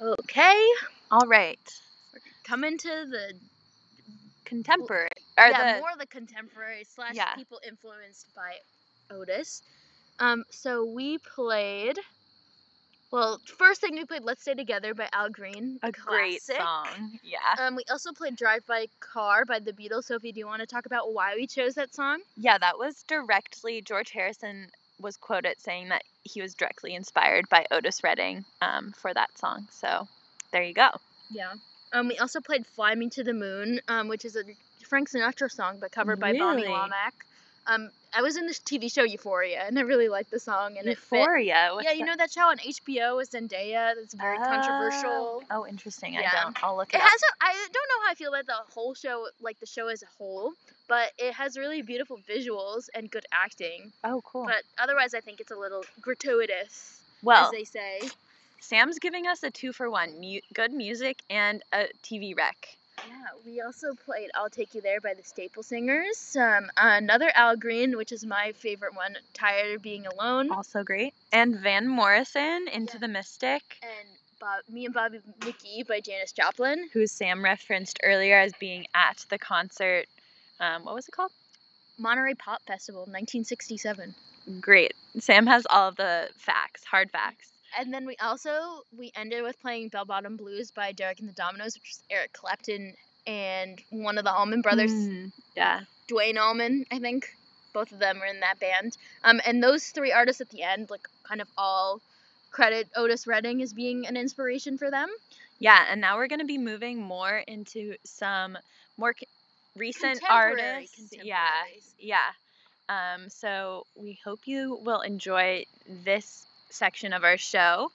Okay. All right. We're coming to the Contemporary. Or yeah, the, more the contemporary slash Yeah. people influenced by Otis. Um, so we played. Well, first thing we played "Let's Stay Together" by Al Green, a great classic. song. Yeah. Um, we also played "Drive by Car" by the Beatles. Sophie, do you want to talk about why we chose that song? Yeah, that was directly George Harrison was quoted saying that he was directly inspired by Otis Redding um, for that song. So there you go. Yeah. Um, we also played "Fly Me to the Moon," um, which is a Frank Sinatra song, but covered by Bonnie Really? Womack. Um, I was in this TV show Euphoria, and I really liked the song, and it fit Euphoria. yeah, you know that show on HBO with Zendaya that's very controversial. Oh, interesting. Yeah. I don't. I'll look It it, has a, I don't know how I feel about the whole show, like the show as a whole, but it has really beautiful visuals and good acting. up. Oh, cool. But otherwise, I think it's a little gratuitous, as well, they say. Sam's giving us a two for one: mu- good music and a TV rec. Yeah, we also played "I'll Take You There" by the Staple Singers. Um, another Al Green, which is my favorite one, "Tired of Being Alone," Also great. And Van Morrison, Into Yeah. the Mystic, and Bob, "Me and Bobby McGee" by Janis Joplin. who Sam referenced earlier as being at the concert. Um, what was it called? Monterey Pop Festival, 1967. Great. Sam has all of the facts, hard facts. And then we also we ended with playing Bell Bottom Blues by Derek and the Dominoes, which is Eric Clapton and one of the Allman Brothers, Mm, yeah. Dwayne Allman, I think. Both of them were in that band. Um, and those three artists at the end, like kind of all credit Otis Redding as being an inspiration for them. Yeah, and now we're going to be moving more into some more c- recent artists. Yeah. contemporaries. Yeah. Um, so we hope you will enjoy this section of our show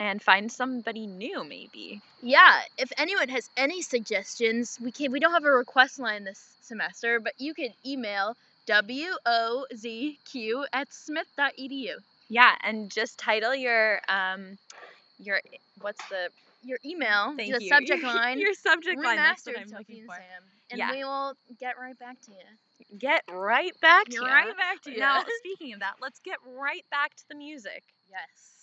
and find somebody new maybe. Yeah, if anyone has any suggestions, we can we don't have a request line this semester, but you can email W O Z Q at E smith.edu. Yeah, and just title your um your what's the Your email, thank the you. subject line, your subject line that's what remastered I'm Sophie looking and for. Sam, and Yeah. we will get right back to you. Get right back to Get ya. right back to ya. Now, speaking of that, let's get right back to the music. Yes.